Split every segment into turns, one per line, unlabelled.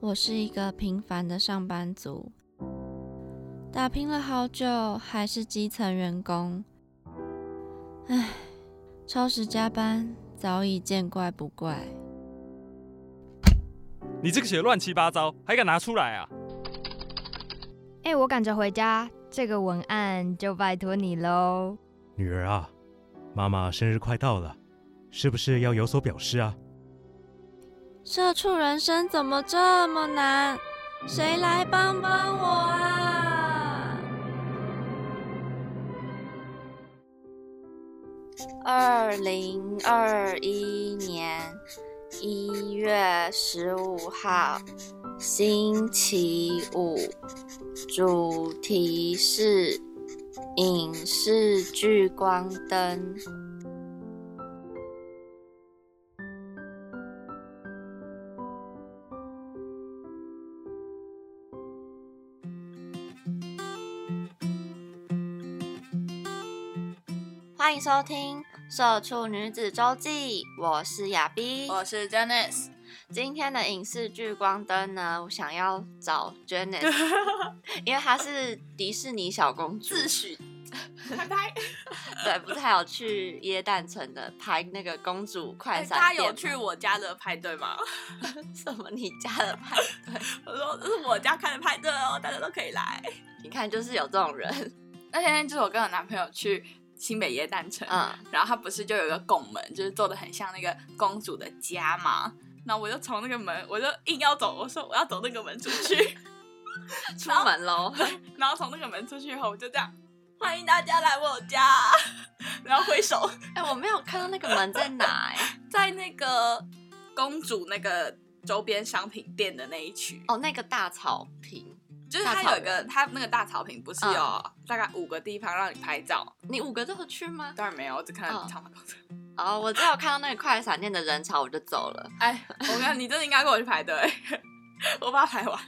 我是一个平凡的上班族，打拼了好久，还是基层员工。唉，超时加班早已见怪不怪。
你这个写乱七八糟，还敢拿出来啊？
哎、我赶着回家，这个文案就拜托你喽。
女儿啊，妈妈生日快到了，是不是要有所表示啊？
社畜人生怎么这么难？谁来帮帮我啊？二零二一年一月十五号，星期五，主题是影视聚光灯。欢迎收听《社畜女子周记》，我是亚逼，
我是 Janice，
今天的影视聚光灯呢，我想要找 Janice，因为她是迪士尼小公主，
自诩 拍拍。
对，不是还有去耶诞城的拍那个公主快
哎
闪
大家
店
有
吗
去我家的派对 吗？
什么你家的派对？
我说这是我家开的派对哦，大家都可以来。
你看就是有这种 人，
那天就是我跟我男朋友去新北耶诞城，
嗯，
然后他不是就有一个拱门，就是做的很像那个公主的家嘛。然后我就从那个门，我就硬要走，我说我要走那个门出 去。
出门喽。
然后从那个门出去以后，我就这样，欢迎大家来我家，然后挥手，
哎、我没有看到那个门在哪、哎，
在那个公主那个周边商品店的那一区，
哦，那个大草坪，
就是
大
它
草嗯
有一个，它那个大草坪不是有大概五个地方让你拍照？
你五个都有去吗？
当然没有，我只看
嗯
了长发公主。
哦，我只有看到那个快闪店的人潮，我就走了。
哎，我跟你真的应该跟我去排队， 我把它排完。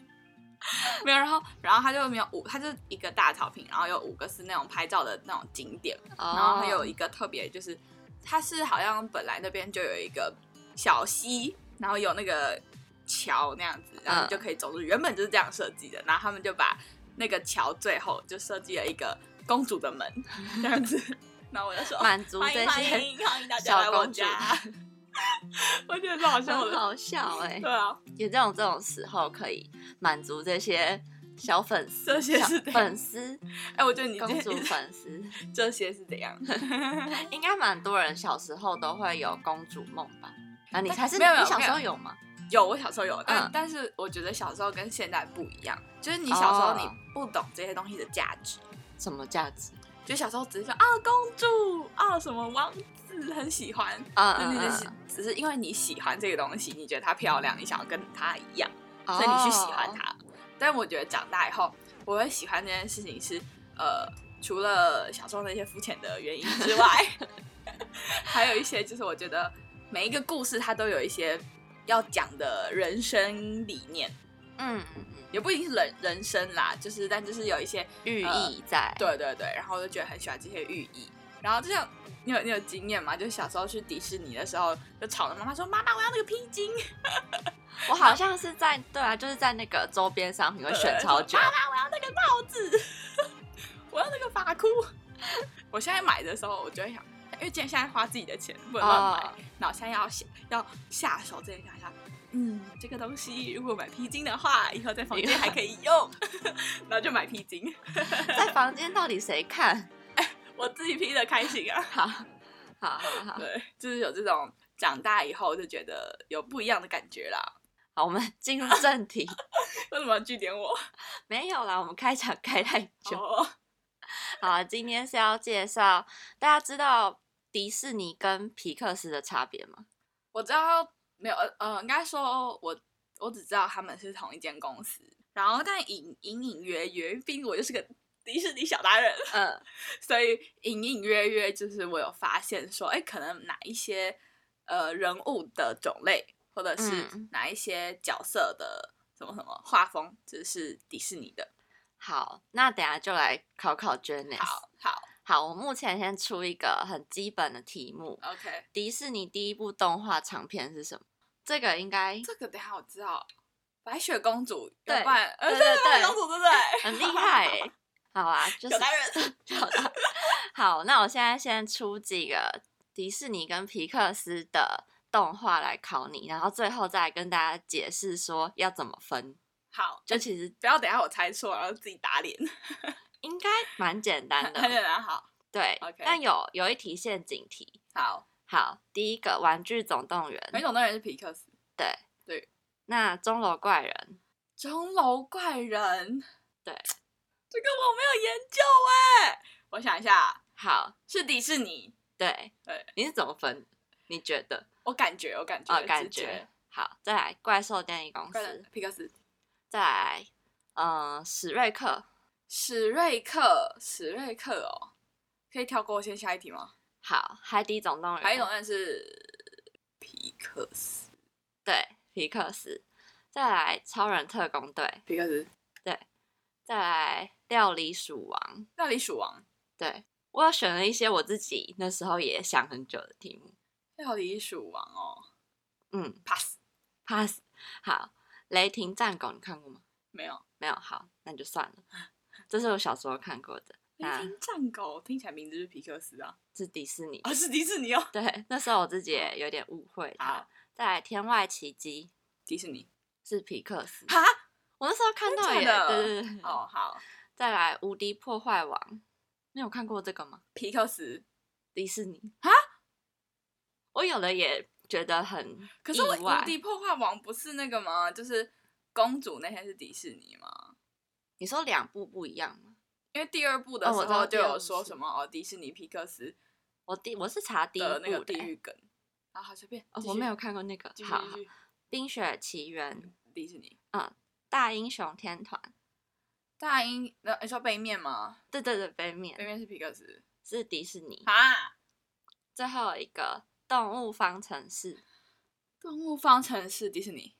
没有，然后，然后它就没有五，它就是一个大草坪，然后有五个是那种拍照的那种景点，
哦、
然后还有一个特别就是，它是好像本来那边就有一个小溪，然后有那个桥那样子，然后
嗯
你就可以走路。原本就是这样设计的，然后他们就把那个桥最后就设计了一个公主的门这样子。然后我就说
满足
欢
这
迎欢
些
迎欢迎大家来我家
小，
我觉得超好笑
很
的。
好笑哎、
对啊，
有这种这种时候可以满足这些小粉丝，
这些
小
是怎样
粉丝，
哎，我觉得你
公主
这
粉丝，
这些是怎样？
应该蛮多人小时候都会有公主梦吧？啊，你才是
没有没有
你小时候有吗？
有，我小时候有，但、
嗯
但是我觉得小时候跟现在不一样，就是你小时候
哦
你不懂这些东西的价值，
什么价值？
就小时候只是说啊公主啊什么王子很喜欢，
啊
就
嗯嗯
是只是
嗯
只是因为你喜欢这个东西，你觉得她漂亮，你想要跟她一样，
哦
所以你去喜欢她。但我觉得长大以后，我会喜欢这件事情是呃，除了小时候那些肤浅的原因之 外，还有一些就是我觉得每一个故事它都有一些要讲的人生理念。
嗯嗯嗯，
也不一定是人人生啦，就是但就是有一些
寓
呃
意在。
对对对，然后我就觉得很喜欢这些寓意。然后就像你有你有经验吗？就是小时候去迪士尼的时候，就吵着妈妈说：“妈妈，我要那个披巾。
我好像是在对啊，就是在那个周边商品会 选超久
妈。妈，我要那个帽子， 我要那个发箍。” 我现在买的时候，我就会想，因为既然现在花自己的钱，不能乱买，
哦
那我现在要下要下手之前想一下，嗯，这个东西如果买披巾的话，以后在房间还可以用， 然后就买披巾，
在房间到底谁看？
我自己披的开心啊。
好，好，好，好，
对，就是有这种长大以后就觉得有不一样的感觉啦。
好，我们进入正题。
为什么要据点我？
没有啦，我们开场 开太久。
哦，
好，今天是要介绍大家知道迪士尼跟皮克斯的差别吗？
我知道没有，呃呃，应该说我我只知道他们是同一间公司，然后但隐隐隐约约，因为毕竟我就是个迪士尼小达人，
嗯，
所以隐隐约约就是我有发现说，哎，可能哪一些呃人物的种类，或者是
嗯
哪一些角色的什么什么画风，这是迪士尼的。
好，那等一下就来考考 Janice。
好好
好，我目前先出一个很基本的题目：
，OK，
迪士尼第一部动画长片是什么？这个应该
这个等一下我知道，白雪公主有
对
扮，呃，
对
对
对
白
对
雪公主对不对？
很厉害欸、好啊， 就是
有男人，
好的，好，那我现在先出几个迪士尼跟皮克斯的动画来考你，然后最后再跟大家解释说要怎么分。
好，
就其实
不要等一下我猜错，然后自己打脸，
应该蛮简单
很简
的，
单。好，
对。
OK
但有有一题陷阱题。
好，
好，第一个《玩具总动员
美》，种的人是皮克斯，
那钟楼怪人，
钟楼怪人，
对，
这个我没有研究哎、我想一下，
好，
是迪士尼，
对，
对，
你是怎么分？你觉得？
我感觉，我感觉，
啊、感
直
觉。好，再来《怪兽电力公司
怪》人，皮克斯，
再来，嗯、史瑞克。
史瑞克，史瑞克哦，可以跳过先下一题吗？
好，《海底总动员》，
还有一种人是皮克斯，
对，皮克斯，再来超人特工队，
皮克斯，
再来料理鼠王。
料理鼠王，
对我有选了一些我自己那时候也想很久的题目，
料理鼠王哦
嗯
，pass
，pass。好，雷霆战狗你看过吗？
没有。
没有，好，那就算了。这是我小时候看过的，
雷
那
霆战狗听起来名字是皮克斯啊，
是迪士尼。
啊是迪士尼哦，
对，那时候我自己也有点误会它
好。
再来，天外奇迹
迪士尼
是皮克斯，
哈
我那时候看到
真的
也，
假的
对对对。
哦，好，
再来，无敌破坏王，你有看过这个吗？
皮克斯，
迪士尼
啊？
我有的也觉得很
可是我
意外
无敌破坏王不是那个吗？就是公主那天是迪士尼吗？
你说两部不一样吗？
因为第二部的
哦
时
我知道
候就
第二
有
部
说
是
什么哦，迪士尼皮克斯
我第我是查第一
的
部
那个
的
地
欸、
狱梗，啊，好随便
哦，，
继
我
续
没有，看过那个
继。续
好，
继
好
续
冰雪奇缘、
迪士尼
大英雄天团，
大英，那你说背面吗？
对对对，背
背
面
面是皮克斯
是迪士尼。
啊，
最后一个动物方程式，
动物方程式迪士尼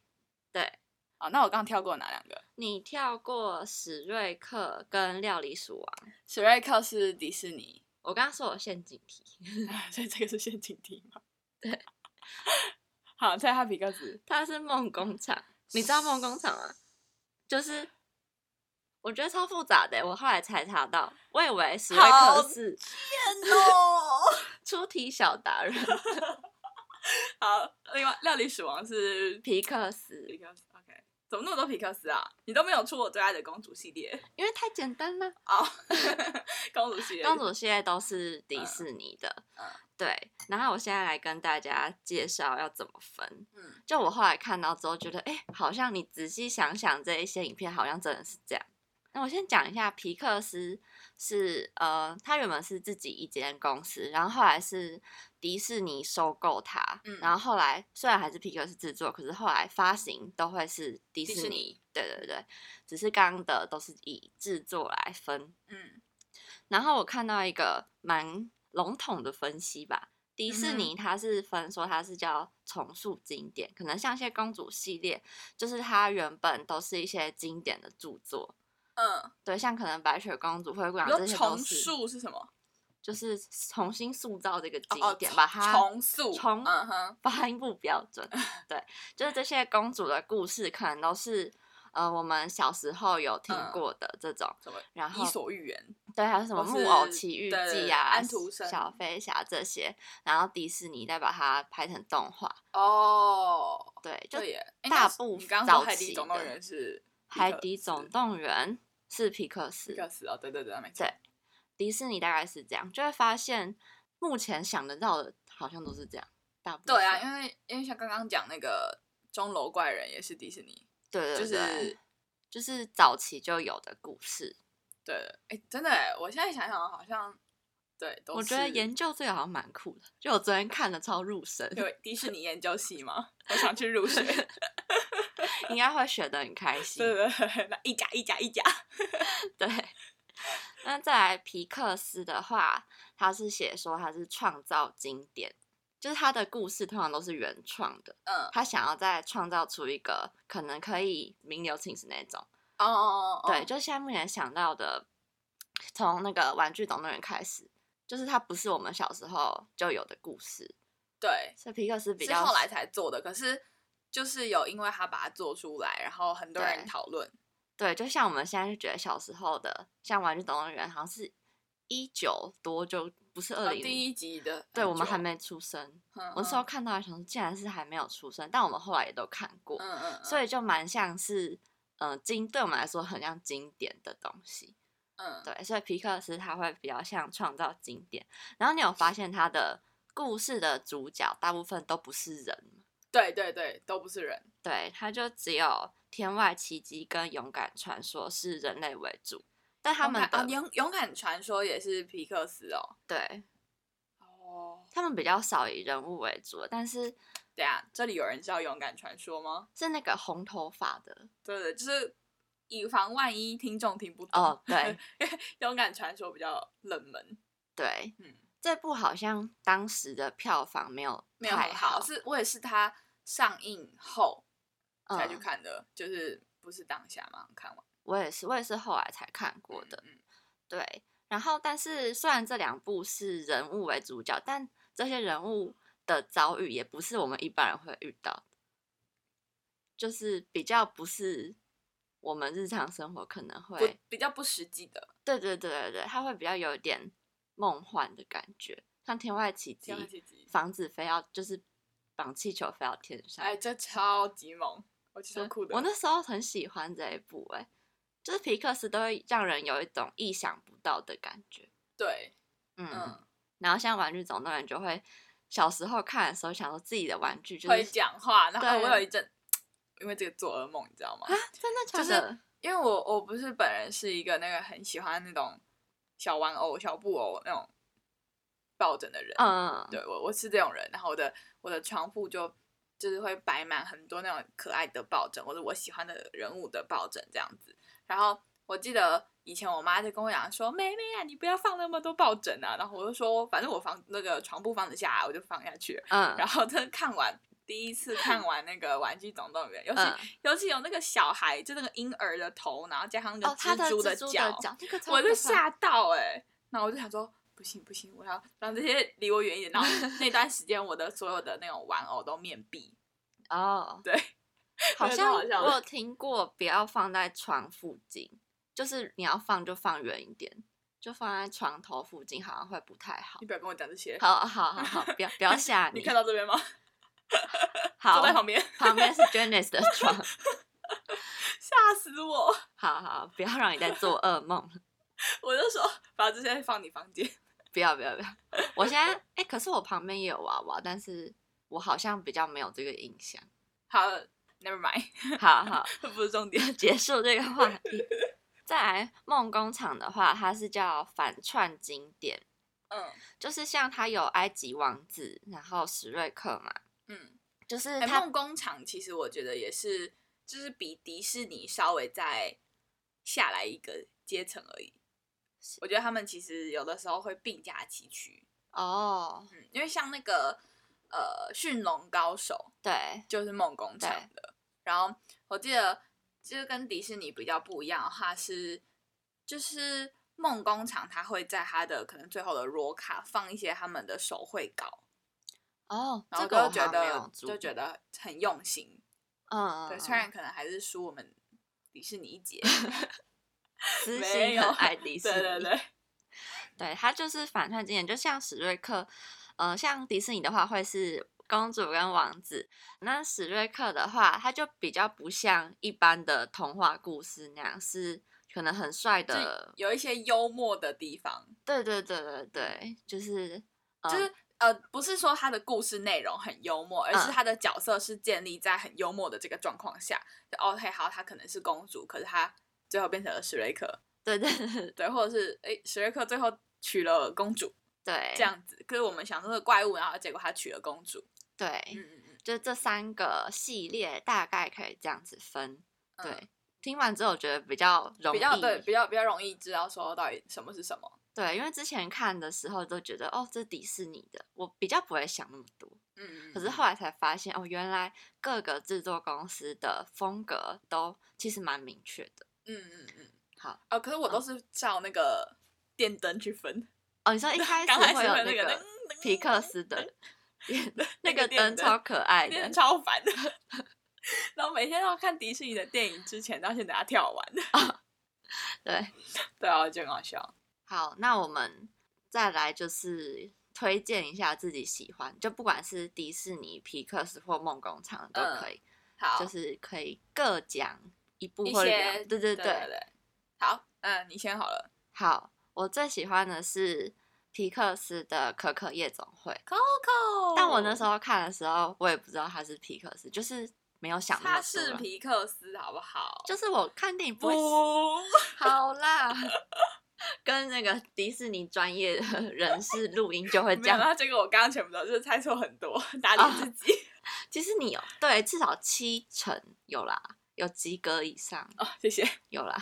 对
啊，那我刚跳过哪两个？
你跳过史瑞克跟料理鼠王。
史瑞克是迪士尼，
我刚刚说有陷阱题，
所以这个是陷阱题吗？
对。
好，再看皮克斯。
它是梦工厂，你知道梦工厂吗？就是我觉得超复杂的，欸我后来才查到，我以为史瑞
好
克是
哦。
出题小达人
好，另外料理鼠王是
皮克
皮
斯，
克斯。OK，怎么那么多皮克斯啊？你都没有出我最爱的公主系列
因为太简单了。
哦， 公主系列。
公主系列都是迪士尼的，
嗯
对。然后我现在来跟大家介绍要怎么分。
嗯
就我后来看到之后，觉得哎、诶好像你仔细想想这一些影片，好像真的是这样。那我先讲一下，皮克斯是呃，他原本是自己一间公司，然后后来是迪士尼收购它，
嗯
然后后来虽然还是皮克斯制作，可是后来发行都会是迪
迪
士
士
尼，对对对，只是刚刚的都是以制作来分。
嗯
然后我看到一个蛮笼统的分析吧，迪士
嗯哼
尼它是分说它是叫重塑经典，可能像一些公主系列，就是它原本都是一些经典的著作，
嗯，
对，像可能白雪公主、灰姑娘
然
这些都
后重
是，
塑是什么？
就是重新塑造这个
哦
经
哦，
典，
重
把它
重塑，
重
嗯哼，
发音不标准，对，就是这些公主的故事可能都是。呃，我们小时候有听
嗯
过的这种，
什么
然
伊
后
索寓言？
对，还有什么《
或
木偶
是
奇遇记
对对》对
啊、
安徒生
小飞侠这些，然后迪士尼再把它拍成动画。
哦，
对，就
对耶，诶
大
那是
部
你刚刚
早
说海
期
底总动
的
员是皮
海
克
底总
斯
动员是皮克斯
皮，克斯哦，对对对，没错
对，迪士尼大概是这样，就会发现目前想得到的好像都是这样，大部分。
对啊，因为因为像刚刚讲那个钟楼怪人也是迪士尼，
对对
就
对
是
就是早期就有的故事。
对，哎，真的哎，我现在想想好像对，都
我觉得
是
研究这个好像蛮酷的，就我昨天看了超入神，
有迪士尼研究系吗？我想 去入学，
应该会学得很开心
对。对对，那一家一家一 家，
对，那再来皮克斯的话，他是写说他是创造经典，就是他的故事通常都是原创的，
嗯，
他想要再创造出一个可能可以名留青史那种。
哦哦哦，
对，就现在目前想到的，从那个《玩具总动员》开始，就是它不是我们小时候就有的故事，
对，
所以皮克斯比
是
较
后来才做的，可是就是有因为他把它做出来，然后很多人
对
讨论。
对，就像我们现在就觉得小时候的，像《玩具总动员》好像是一九多就不是二
呃
零、
第一集的，
对我们还
没，
没出生。
嗯
我那时候，看到还想说，竟然是还没有出生，但我们后来也都看过，
嗯嗯嗯，
所
以，
以就蛮像是，呃，经对我们来说很像经典的东西。
嗯，
对，所以皮克斯他会比较像创造经典。然后你有发现他的故事的主角大部分都不是人吗
对对对，都不是人，
对，他就只有《天外奇迹》跟《勇敢传说》是人类为主，但他
勇
们
敢
的、
啊，勇勇敢传说也是皮克斯哦。
对
哦，
他们比较少以人物为主，但是
对啊，这里有人知道勇敢传说吗？
是那个红头发的
对对，就是以防万一听众听不懂。
哦，对，
勇敢传说比较冷门，
对，
嗯
这部好像当时的票房没有
没有
太
很好，是我也是它上映后才去
嗯
看的，就是不是当下马上看完
我也是，我也是后来才看过的。
嗯
对，然后但是虽然这两部是人物为主角，但这些人物的遭遇也不是我们一般人会遇到的，就是比较不是我们日常生活可能
不
会，
比较不实际的。
对对对对对，它会比较有点梦幻的感觉，像《天外奇迹
天外》，奇迹，
房子飞到就是绑气球飞到天上，
哎，这超级猛，我觉得
对
超酷的。
我那时候很喜欢这一部、哎，就是皮克斯都会让人有一种意想不到的感觉。
对，
嗯，
嗯，
然后像《玩具总动员》就会小时候看的时候，想说自己的玩具就是
会讲话，然后
对
我有一阵因为这个做噩梦，你知道吗
啊？，真的假
就是
的？
因为我我不是本人是一个那个很喜欢那种小玩偶、小布偶那种抱枕的人，
嗯，
对我我是这种人，然后我的我的床铺就就是会摆满很多那种可爱的抱枕，或者我喜欢的人物的抱枕这样子。然后我记得以前我妈就跟我讲说：“妹妹啊，你不要放那么多抱枕啊。”然后我就说：“反正我放那个床铺放得下，我就放下去。”
嗯，
然后 真的看完第一次看完那个《玩具总动员》，尤其、
嗯
尤其有那个小孩，就那个婴儿的头，然后加上那个
哦，他的
蛛
蜘蛛
脚，
的脚，那个超 可
我就
怕
吓到哎、然后我就想说，不行不行，我要让这些离我远一点。然后 那段时间，我的所有的那种玩偶都面壁，
哦，
对，
好
超
像
好笑的
我有听过，不要放在床附近，就是你要放就放远一点，就放在床头附近，好像会不太好
你。不要跟我讲这些。
好好好好，不要不要吓
你看到这边吗？
好
坐在旁边，
旁边是 Janice 的 床，
吓死我！
好好不要让你再做噩梦了。
我就说把这些放你房间。
不要不要不要！我现在哎、诶可是我旁边也有娃娃，但是我好像比较没有这个印象。
好，Never mind，
好好，
这不是重点。
结束这个话题。再来梦工厂的话，它是叫反串经典，
嗯
就是像它有埃及王子，然后史瑞克嘛，
嗯，
就是
哎
它、
梦工厂其实我觉得也是，就是比迪士尼稍微再下来一个阶层而已。我觉得他们其实有的时候会并驾齐驱。
哦，
嗯，因为像那个呃《驯龙高手
对》
就是梦工厂的，然后我记得就是跟迪士尼比较不一样的话是，就是梦工厂它会在它的可能最后的 RAW 卡放一些他们的手绘稿，
哦，
然后
这个
就
我
觉
好像没有
得
注
就
意
觉得很用心。
嗯，
对，
嗯
虽然可能还是输我们迪士尼一 截，
嗯私
没
心
有
很爱迪士尼，
对对对，
对，它就是反串经典，就像史瑞克，呃，像迪士尼的话会是公主跟王子，那史瑞克的话，它就比较不像一般的童话故事那样，是可能很帅
就
的，
有一些幽默的地方，
对对对对对，就是呃
就是呃，不是说他的故事内容很幽默，而是
嗯
他的角色是建立在很幽默的这个状况下。就 OK，好，她可能是公主，可是她最后变成了史瑞克，
对对对对
对，或者是诶，史瑞克最后娶了公主
对，
这样子。可是我们想说的怪物，然后结果他娶了公主。
对，
嗯嗯嗯，
就这三个系列大概可以这样子分，
嗯
对。听完之后，我觉得比较容易，
比较对，比较比较容易知道说到底什么是什么。
对因为之前看的时候都觉得，哦，这是迪士尼的，我比较不会想那么多。
嗯，
可是后
来
来才发现，哦，原来各个制作公司的风格都其实蛮明确的。
嗯嗯嗯，
好
啊、可是
嗯
我都是照那个电灯去分，
哦，你说 一开始
刚开始
会有
会有
那
那个
个
噔噔
皮克斯的那
那
个
个电
灯超可爱
电
的
灯，超烦的。 然后每天都要看迪士尼的电影，之前到现在要跳完。
对，
对啊，就很好笑。
好，那我们再来就是推荐一下自己喜欢，就不管是迪士尼、皮克斯或梦工厂都可以，
嗯好，
就是可以各讲一部
一
或者两
些
对对对。
对对好，嗯，你先好了。
好，我最喜欢的是皮克斯的《可可夜总会》，
Coco，
但我那时候看的时候，我也不知道他是皮克斯，就是没有想那
他
么多
是
啦。
皮克斯，好不好？
就是我看电影不会
不，
好啦， 跟那个迪士尼专业 的人士录音就会
没
这
想
样。
到这个我刚刚全部都是猜错很多，打
哦
脸自己。
其实你有对至少七成有啦，有及格以上
哦，谢谢。
有啦。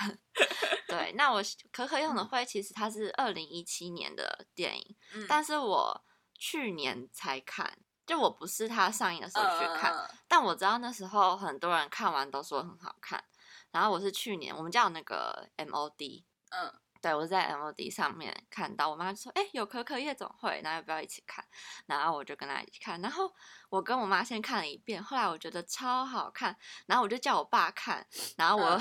对，那我可可用的会其实它是二零一七年的电影，
嗯
但是我去年才看，就我不是它上映的时候去看，
嗯
但我知道那时候很多人看完都说很好看，然后我是去年我们家有那个 MOD，
嗯
对我在 MOD 上面看到，我妈就说：“哎、有可可夜总会，那要不要一起看？”然后我就跟她一起看，然后我跟我妈先看了一遍，后来我觉得超好看，然后我就叫我爸看，然后我、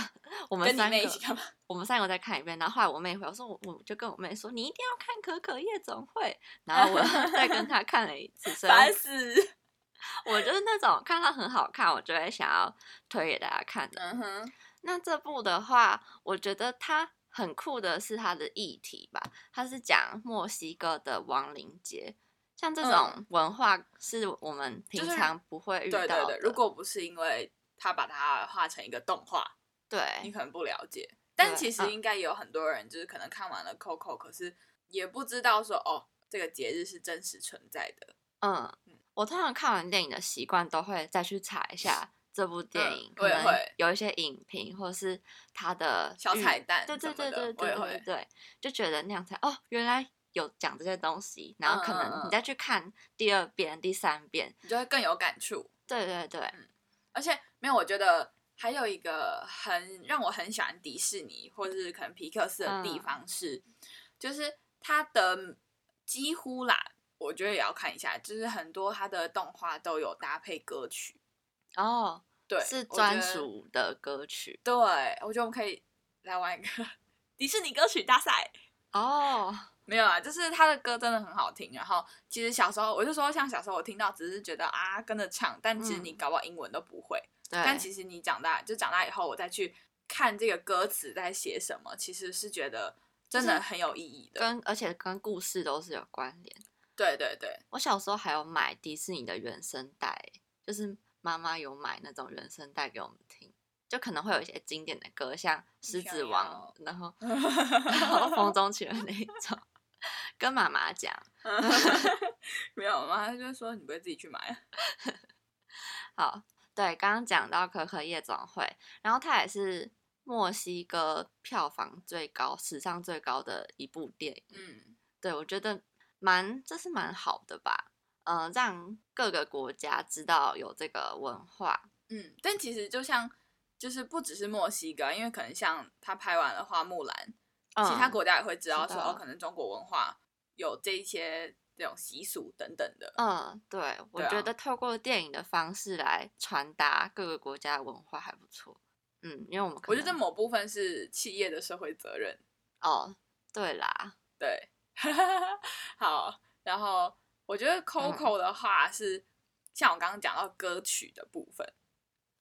我们
嗯跟你
三个
妹一起看吧。
我们三个再看一遍，然后后来我妹回来，我说我我就跟我妹说你一定要看可可夜总会，然后我 再跟她看了一次，所以
烦死。
我就是那种看到很好看，我就会想要推给大家看的。
嗯哼，
那这部的话，我觉得它很酷的是它的议题吧，它是讲墨西哥的亡灵节，像这种
嗯
文化是我们平
就是
常不会遇
对
到的。
对对，如果不是因为他把它画成一个动画，你
对
可能不了解。但
哎对
其实
嗯
应该也有很多人，就是可能看完了 Coco，可是也不知道说哦，这个节日是真实存在的。
嗯，我通常看完电影的习惯都会再去查一下这部电
嗯
影，
我
可
也
能
会
有一些影评或是它的
小
预
彩蛋
嗯对
什
对
么
对
的
对对对
我也
对
会
对，就觉得那样才哦，原来有讲这些东西，然后可
嗯嗯
能
嗯
你再去看第二遍、第三遍，
你就会更有感触。
对对对，
嗯而且没有，我觉得还有一个很让我很喜欢迪士尼或是可能皮克斯的地
嗯
方是，就是它的几乎啦，我觉得也要看一下，就是很多它的动画都有搭配歌曲，
哦，
对，
是
我觉
专
得。
属的歌曲
对，我觉得我们可以来玩一个迪士尼歌曲大赛。
哦，
没有啊，就是他的歌真的很好听。然后其实小时候我就说，像小时候我听到，只是觉得啊跟着唱，但其实你
嗯
搞不好英文都不会。
对，
但其实你长大，就长大以后，我再去看这个歌词在写什么，其实是觉得真
就
的
是
很有意义的。
跟而且跟故事都是有关联。
对对 对，
我小时候还有买迪士尼的原声带，就是妈妈有买那种原声带给我们听，就可能会有一些经典的歌，像《狮
想
子王
要》，
然 后然后《风中情人》那一种， 跟妈妈讲。
没有吗？他就说你不会自己去买啊，
好，对，刚刚讲到可可夜总会，然后它也是墨西哥票房最高、史上最高的一部电影。
嗯，
对，我觉得蛮这是蛮好的吧，嗯、让各个国家知道有这个文化。
嗯，但其实就像就是不只是墨西哥，因为可能像他拍完了《花木兰》其他
嗯
国家也会知道
知
说
道
哦，可能中国文化有这一些这种习俗等等的。
嗯，对，我
对
觉
啊
得透过电影的方式来传达各个国家的文化还不错。嗯，因为我们可
我觉得
能
某部分是企业的社会责任，
哦，对啦，
对， 好，然后我觉
嗯
得 Coco 的话是、像我刚刚讲到歌曲的部分，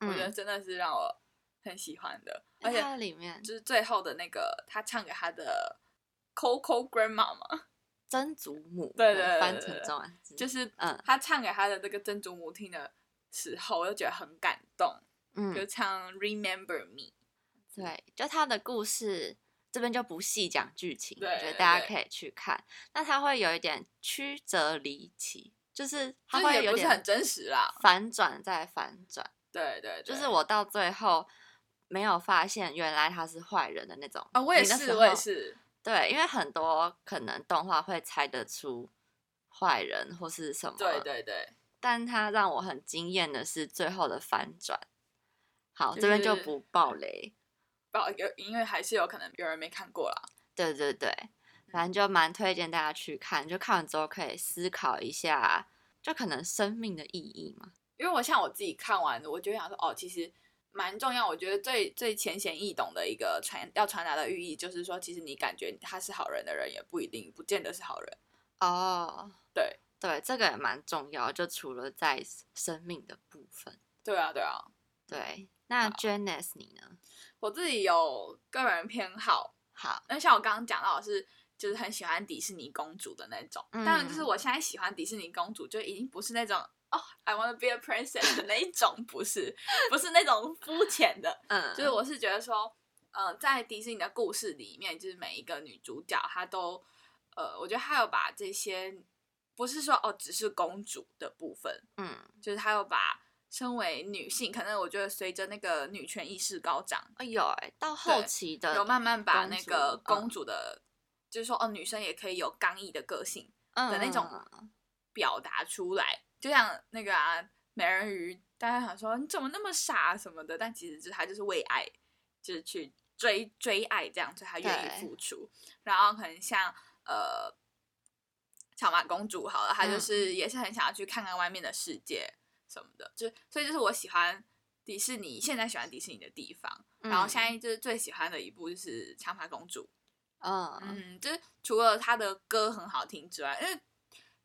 我觉得
嗯，哎
真的是让我很喜欢的，而
而
且
它里面
就是最后的那个他唱给他的 Coco Grandma 嘛，
曾祖母，
对
我
对对
翻
对
成
对
中文字
就是
嗯
他唱给他的这个曾祖母听的时候，我就觉得很感动，就
嗯，
唱 Remember Me，
对，就它的故事这边就不细讲剧情，我
对
觉得
对
大家
对
可以去看。那它会有一点曲折离奇，就是它
就是
会
也
有
不是
点
很真实啦，
反转再反转。
对对对，
就是我到最后没有发现原来他是坏人的那种
啊，我也
你那时
是，
候
我也是，
对，因为很多可能动画会猜得出坏人或是什么，
对对对。
但他让我很惊艳的是最后的反转。好，
就
这边就是不爆雷。
不好，有因为还是有可能有人没看过啦。
对对对，反
嗯
正就蛮推荐大家去看，就看完之后可以思考一下，就可能生命的意义嘛。
因为我像我自己看完，我就想说，哦，其实蛮重要。我觉得最最浅显易懂的一个传要传达的寓意，就是说，其实你感觉他是好人的人，也不一定不见得是好人。
哦，
对
对，这个也蛮重要，就除了在生命的部分，
对啊，对啊，
对。那 Janice 你呢？
我自己有个人偏好，
好，
那像我刚刚讲到的是，就是很喜欢迪士尼公主的那种。
嗯
当然，就是我现在喜欢迪士尼公主，就已经不是那种哦，I wanna be a princess 的那一种，不是，不是那种肤浅的。
嗯，
就是我是觉得说，呃，在迪士尼的故事里面，就是每一个女主角她都，呃，我觉得她有把这些，不是说哦只是公主的部分，
嗯，
就是她有把身为女性，可能我觉得随着那个女权意识高涨，
哦有哎、到后
对
期的
有慢慢把
公
那
主
个公
嗯
主的，就是说哦，女生也可以有刚毅的个性的那种
嗯嗯嗯
表达出来，就像那个啊美人鱼，大家想说你怎么那么傻什么的，但其实就是她就是为爱，就是去追追爱这样，所以她愿意
对
付出。然后可能像呃小马公主好了，她就
嗯
是也是很想要去看看外面的世界什么的，就所以就是我喜欢迪士尼，现在喜欢迪士尼的地方。
嗯
然后现在就是最喜欢的一部就是《长发公主》，
嗯
嗯，就是除了她的歌很好听之外，因为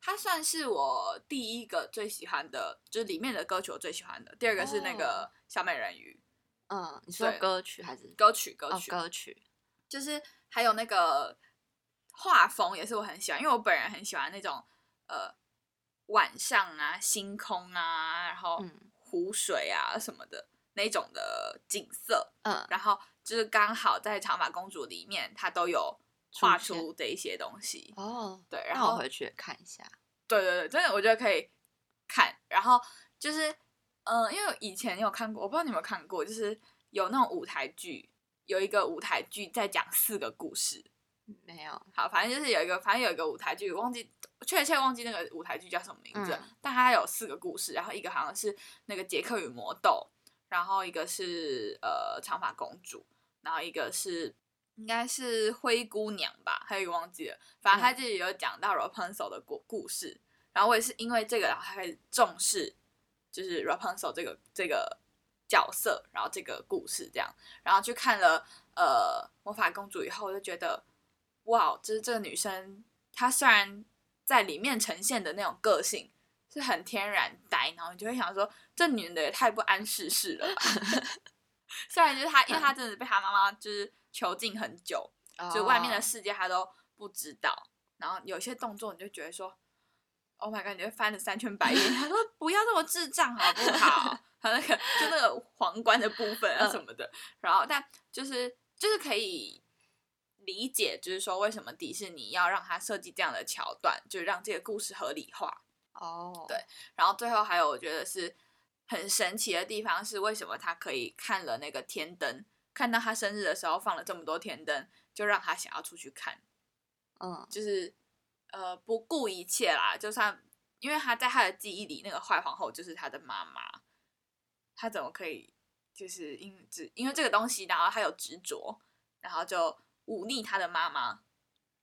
她算是我第一个最喜欢的，就是里面的歌曲我最喜欢的。第二个是那
哦
个小美人鱼
嗯，你说
对
歌曲还是
歌曲，歌
哦
曲，
歌曲？
就是还有那个画风也是我很喜欢，因为我本人很喜欢那种呃晚上啊、星空啊，然后
嗯
湖水啊什么的那种的景色。
嗯
然后就是刚好在《长发公主》里面，她都有
出
画
现
出这一些东西。
哦，
对，然
那我
后
回去也看一下。
对对对，真的我觉得可以看。然后就是，嗯、因为我以前有看过，我不知道你有没有看过，就是有那种舞台剧，有一个舞台剧在讲四个故事。
没有，
好，反正就是有一个，反正有一个舞台剧，忘记确切忘记那个舞台剧叫什么名字，
嗯
但它有四个故事，然后一个好像是那个杰克与魔豆，然后一个是呃长发公主，然后一个是应该是灰姑娘吧，还有一个忘记了，反正他
嗯
自己有讲到 Rapunzel 的故故事，然后我也是因为这个，然后才开始重视就是 Rapunzel 这个这个角色，然后这个故事这样，然后去看了呃魔法公主以后，我就觉得哇，就是这个女生她虽然在里面呈现的那种个性是很天然呆，然后你就会想说这女的也太不谙世事了吧。 虽然就是她，因为她真的被她妈妈就是囚禁很久，就外面的
哦
世界她都不知道。然后有些动作你就觉得说，Oh my god，你就翻了三圈白眼。她说不要这么智障好不好？还有那个就那个皇冠的部分啊什么的。然后但就是就是可以理解，就是说为什么迪士尼要让他设计这样的桥段，就是让这个故事合理化。
哦，
对然后最后还有我觉得是很神奇的地方是，为什么他可以看了那个天灯，看到他生日的时候放了这么多天灯，就让他想要出去看，
嗯
就是呃不顾一切啦，就算因为他在他的记忆里，那个坏皇后就是他的妈妈，他怎么可以就是因只因为这个东西，然后他有执着，然后就忤逆他的妈妈，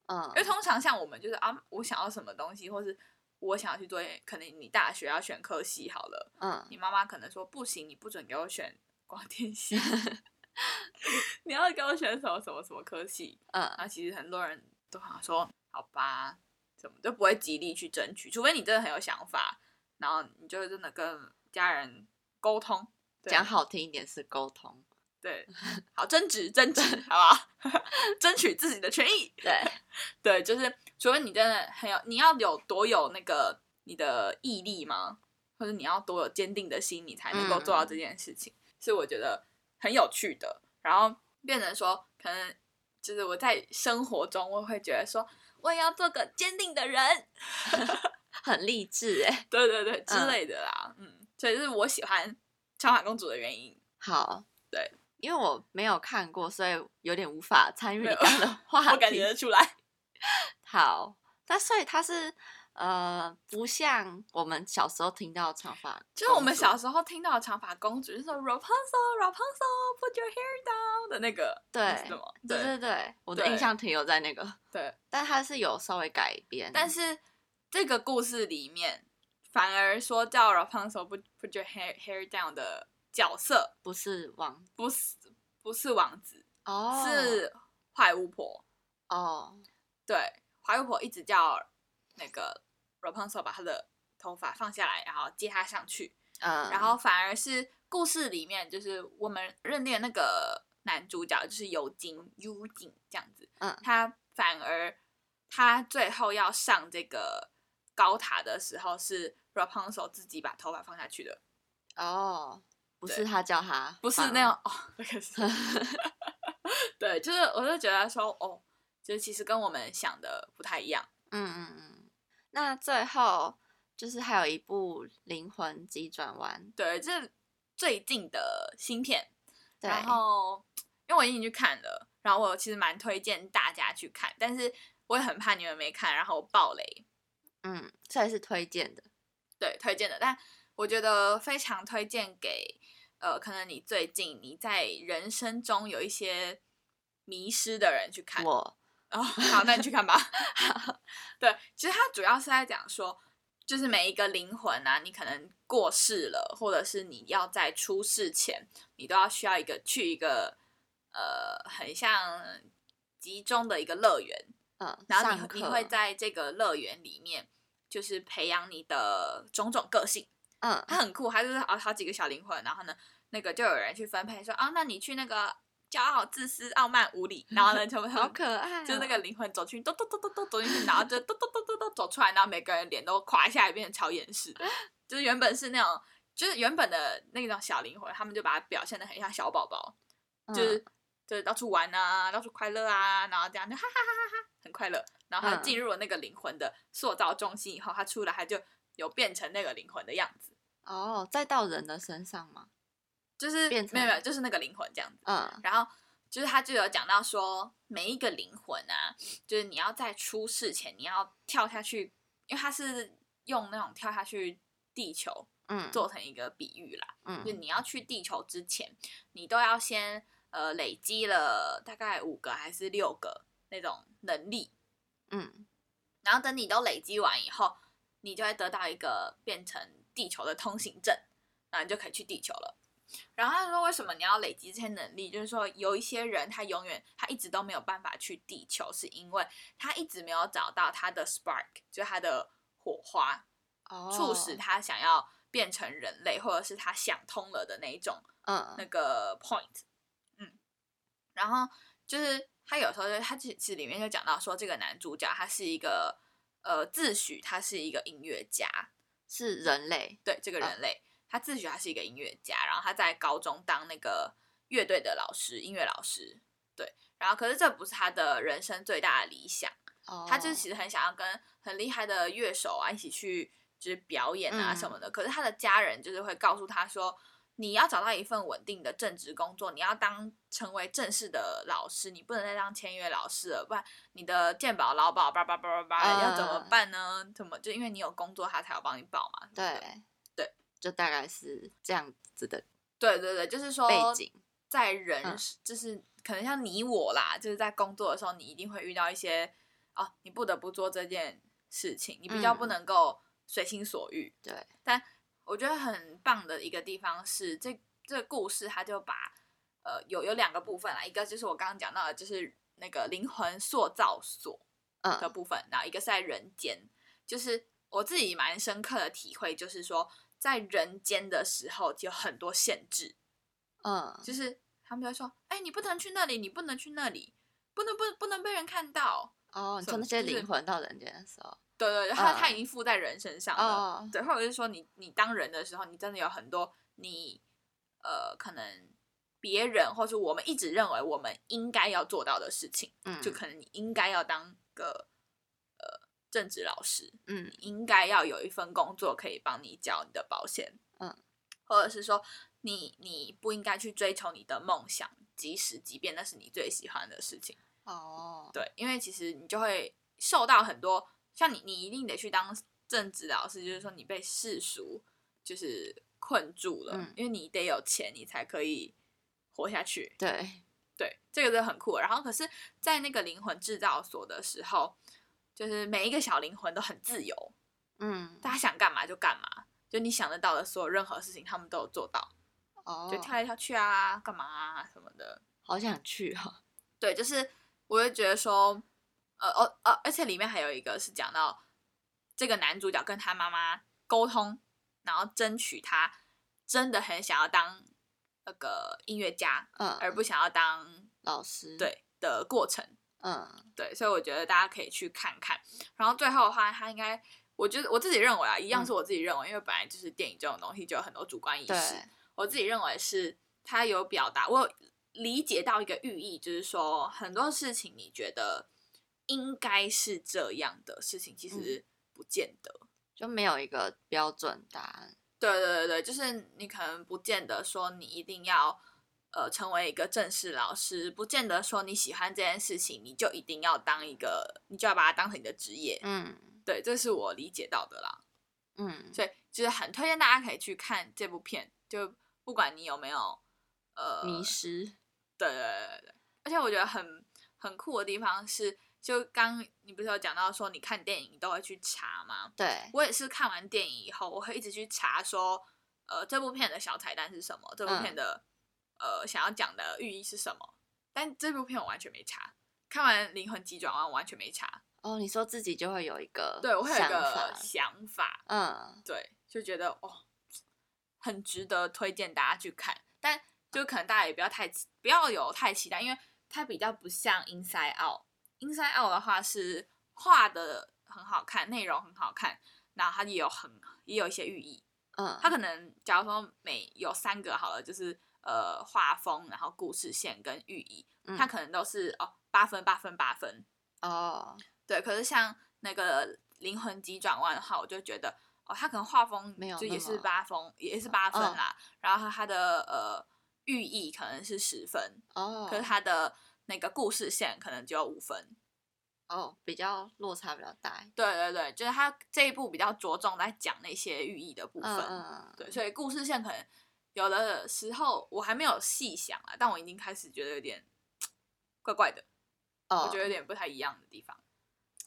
嗯
因为，通常像我们就是啊，我想要什么东西，或是我想要去做，可能你大学要选科系好了，
嗯
你妈妈可能说不行，你不准给我选广电 系，你要给我选什么什么什么科系。
嗯
那其实很多人都好像说好吧，怎么就不会极力去争取，除非你真的很有想法，然后你就真的跟家人沟通，对
讲好听一点是沟通，
对，好争执争执，好不好？ 争取自己的权益。
对，
对，就是除非你真的很有，你要有多有那个你的毅力吗？或者你要多有坚定的心，你才能够
嗯
做到这件事情，是我觉得很有趣的。然后变成说，可能就是我在生活中，我会觉得说，我也要做个坚定的人，
很励志 哎。
对对对之
嗯
类的啦。嗯，所以这是我喜欢长发公主的 原因。
好，
对，
因为我没有看过，所以有点无法参与
没
你
有
刚刚的话题。
我感觉得出来，
好，那所以它是呃，不像我们小时候听到的唱法，
就是我们小时候听到的长发公主，就是说 Rapunzel Rapunzel put your hair down 的那个，
对嗯
是吗？
对对
对
对，我的
对
印象停留在那个，
对。
但它是有稍微改编，
但是这个故事里面反而说叫 Rapunzel put put your hair hair down 的角色
不是王
不是不是王子，
哦，
是坏巫婆。
哦，
对，坏巫婆一直叫那个 Rapunzel 把她的头发放下来，然后接她上去。
嗯，
然后反而是故事里面，就是我们认定的那个男主角就是尤金尤金这样子，
嗯
他反而他最后要上这个高塔的时候，是 Rapunzel 自己把头发放下去的，
哦，不
对
是他叫他，
不是那种哦，那个是， 对，就是我就觉得说哦，就是其实跟我们想的不太一样，
嗯嗯嗯。那最后就是还有一部《灵魂急转弯
对，这是最近的新片，》，
对，
然后因为我已经去看了，然后我其实蛮推荐大家去看，但是我也很怕你们没看，然后爆雷，
嗯，这也是推荐的，
对，推荐的。但我觉得非常推荐给呃，可能你最近你在人生中有一些迷失的人去看。
我
哦，好，那你去看吧。 对，其实它主要是在讲说，就是每一个灵魂啊，你可能过世了，或者是你要在出世前，你都要需要一个去一个呃，很像集中的一个乐园，
嗯，
然后
上
你你
课
会在这个乐园里面，就是培养你的种种个性。
嗯
它很酷，它就是好好几个小灵魂，然后呢，那个就有人去分配说，啊，那你去那个骄傲、自私、傲慢、无理，然后呢，全部都
好可爱哦，
就是那个灵魂走去，咚咚咚咚咚走进去，然后就咚咚咚咚咚走出来，然后每个人脸都垮下来，变成超严实的。就是原本是那种，就是原本的那种小灵魂，他们就把它表现的很像小宝宝，就是、
嗯
就是到处玩啊，到处快乐啊，然后这样就哈哈哈哈哈，很快乐。然后他
嗯
进入了那个灵魂的塑造中心以后，他出来他就有变成那个灵魂的样
嗯
子，
哦，再到人的身上嘛，
就是
变成
没有没有，就是那个灵魂这样子。
嗯
然后就是他就有讲到说，每一个灵魂啊，就是你要在出世前，你要跳下去，因为他是用那种跳下去地球
嗯，
做成一个比喻啦，就
嗯
你要去地球之前，你都要先呃累积了大概五个还是六个那种能力，
嗯
然后等你都累积完以后，你就会得到一个变成地球的通行证，然后你就可以去地球了。然后他说，为什么你要累积这些能力？就是说，有一些人他永远他一直都没有办法去地球，是因为他一直没有找到他的 spark，就是他的火花，
哦，
促使他想要变成人类，或者是他想通了的那一种那
嗯
个 point，嗯，然后就是他有时候就他其实里面就讲到说，这个男主角他是一个呃自诩他是一个音乐家，
是人类，
对这个
嗯
人类，他自诩他是一个音乐家，然后他在高中当那个乐队的老师，音乐老师，对，然后可是这不是他的人生最大的理想。
哦，
他就是其实很想要跟很厉害的乐手啊一起去就是表演啊
嗯
什么的，可是他的家人就是会告诉他说，你要找到一份稳定的正职工作，你要当成为正式的老师，你不能再当签约老师了，不然你的健保劳保叭叭叭叭叭要怎么
嗯
办呢？怎么就因为你有工作，他才有帮你报嘛？什么的
对
对，
就大概是这样子的
对对对，就是说
背景，
在人、
嗯
就是可能像你我啦，就是在工作的时候，你一定会遇到一些哦，你不得不做这件事情，你比较不
嗯
能够随心所欲。
对，
但我觉得很棒的一个地方是，这这个故事它就把呃有有两个部分啦，一个就是我刚刚讲到的，就是那个灵魂塑造所，的
嗯
部分，然后一个是在人间，就是我自己蛮深刻的体会，就是说在人间的时候有很多限制，
嗯，
就是他们就会说，哎、你不能去那里，你不能去那里，不能不不能被人看到，
哦，你
什
说
么
那些
就是
灵魂到人间的时候，
对对对，他、
嗯
他已经附在人身上了，
哦，
对，或者是说你你当人的时候，你真的有很多你呃可能。别人或是我们一直认为我们应该要做到的事情，
嗯，
就可能你应该要当个呃正职老师，
嗯
你应该要有一份工作可以帮你交你的保险，
嗯，
或者是说你你不应该去追求你的梦想，即使即便那是你最喜欢的事情，
哦，
对，因为其实你就会受到很多，像你你一定得去当正职老师，就是说你被世俗就是困住了，
嗯
因为你得有钱，你才可以活下去，
对，
对，这个真的很酷。然后可是，在那个灵魂制造所的时候，就是每一个小灵魂都很自由，
嗯，
大家想干嘛就干嘛，就你想得到的所有任何事情，他们都有做到，
哦
就跳来跳去啊，干嘛啊什么的。
好想去哦。
对，就是我就觉得说，呃哦呃，而且里面还有一个是讲到这个男主角跟他妈妈沟通，然后争取他真的很想要当那个音乐家，
嗯，
而不想要当
老师，，
对的过程。
嗯
对，所以我觉得大家可以去看看。然后最后的话，他应该，我觉得我自己认为啊，一样是我自己认为，因为本来就是电影这种东西就有很多主观意
对，
识。我自己认为是他有表达，我有理解到一个寓意，就是说很多事情你觉得应该是这样的事情，其实不见得。
就没有一个标准答案。
对对对对，就是你可能不见得说你一定要呃成为一个正式老师，不见得说你喜欢这件事情，你就一定要当一个，你就要把它当成你的职业。
嗯
对，这是我理解到的啦。
嗯，
所以就是很推荐大家可以去看这部片，就不管你有没有呃
迷失，
对对对对对，而且我觉得很很酷的地方是，就刚你不是有讲到说你看电影你都会去查吗？
对，
我也是看完电影以后，我会一直去查说，呃，这部片的小彩蛋是什么，这部
嗯
片的、呃想要讲的寓意是什么。但这部片我完全没查，看完《灵魂急转弯》我完全没查，
哦，你说自己就会有一个
对我会有一
想
个
法
想法，
嗯
对，就觉得哦，很值得推荐大家去看，但就可能大家也不要太期不要有太期待，因为它比较不像《Inside Out》，《Inside Out》的话是画的很好看，内容很好看，然后它也有很也有一些寓意。
嗯，
它可能假如说每有三个好了，就是呃画风，然后故事线跟寓意，它
嗯
可能都是哦八分八分八分，
哦，
对，可是像那个灵魂急转弯的话，我就觉得哦，他可能画风
没有
就
那
也是
么
八分，也是八分
嗯
啦。然后他的呃寓意可能是十分，
哦，
可是他的那个故事线可能只有五分。
哦比较落差比较大一点，
对对对，就是他这一部比较着重在讲那些寓意的部分。
嗯嗯，
对，所以故事线可能有的时候我还没有细想啊，但我已经开始觉得有点怪怪的，
哦，
我觉得有点不太一样的地方。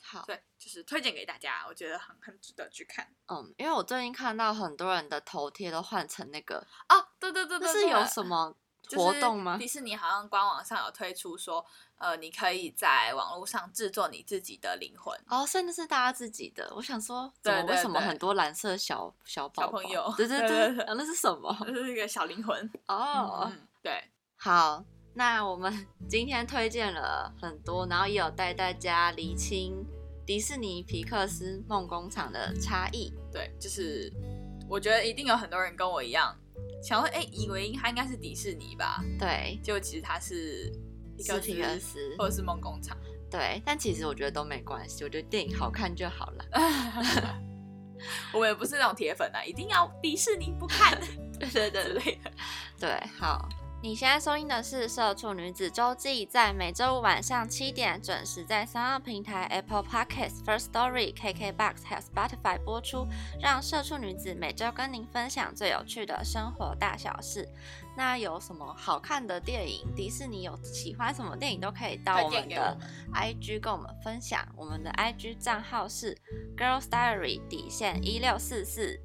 好，
对，就是推荐给大家，我觉得很很值得去看。
嗯，因为我最近看到很多人的头贴都换成那个，
哦，对对对
这
对，
是
对
有什么
就是
活动吗？
迪士尼好像官网上有推出说，呃，你可以在网络上制作你自己的灵魂。
哦，甚至是大家自己的。我想说，怎
对
么为
对
什么
对
很多蓝色小小宝
小
宝
朋友
对对
对
对，
对对
啊那是什么？
这是一个小灵魂
哦，
嗯嗯对
好，那我们 今天推荐了很多，然后也有带大家厘清迪士尼皮克斯梦工厂的差异。
对，就是我觉得一定有很多人跟我一样，想说，哎、以为它应该是迪士尼吧，
对，
结果其实它是一
是
个
皮克斯，
或者是梦工厂。
对，但其实我觉得都没关系，我觉得电影好看就好了。
我们也不是那种铁粉啊，一定要迪士尼 不看，对对对对，
对，好，你现在收听的是《社畜女子周记》，在每周五晚上七点准时在三二平台、Apple Podcasts、First Story、KKBox 还有 Spotify 播出，让社畜女子每周跟您分享最有趣的生活大小事。那有什么好看的电影？迪士尼有喜欢什么电影都可以到我
推
们
荐给我
的
们
IG 跟我们分享。我们的 IG 账号是 Girls Diary 底线一六四四。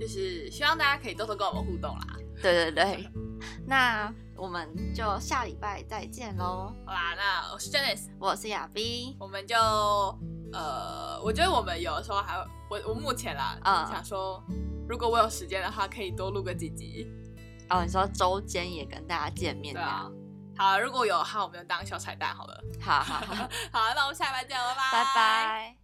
就是希望大家可以多多跟我们互动啦。
对对对， 那我们就下礼拜再见喽。
好啦，那我是 Janice。
我是亚斌，
我们就呃，我觉得我们有的时候还会我我目前啦，
嗯
想说如果我有时间的话，可以多录个几集，
哦，你说周间也跟大家见面
对
这
啊
样，。
好，如果有的话，我们就当小彩蛋好了。
好好好，
好，那我们下礼拜见，拜拜，
拜拜。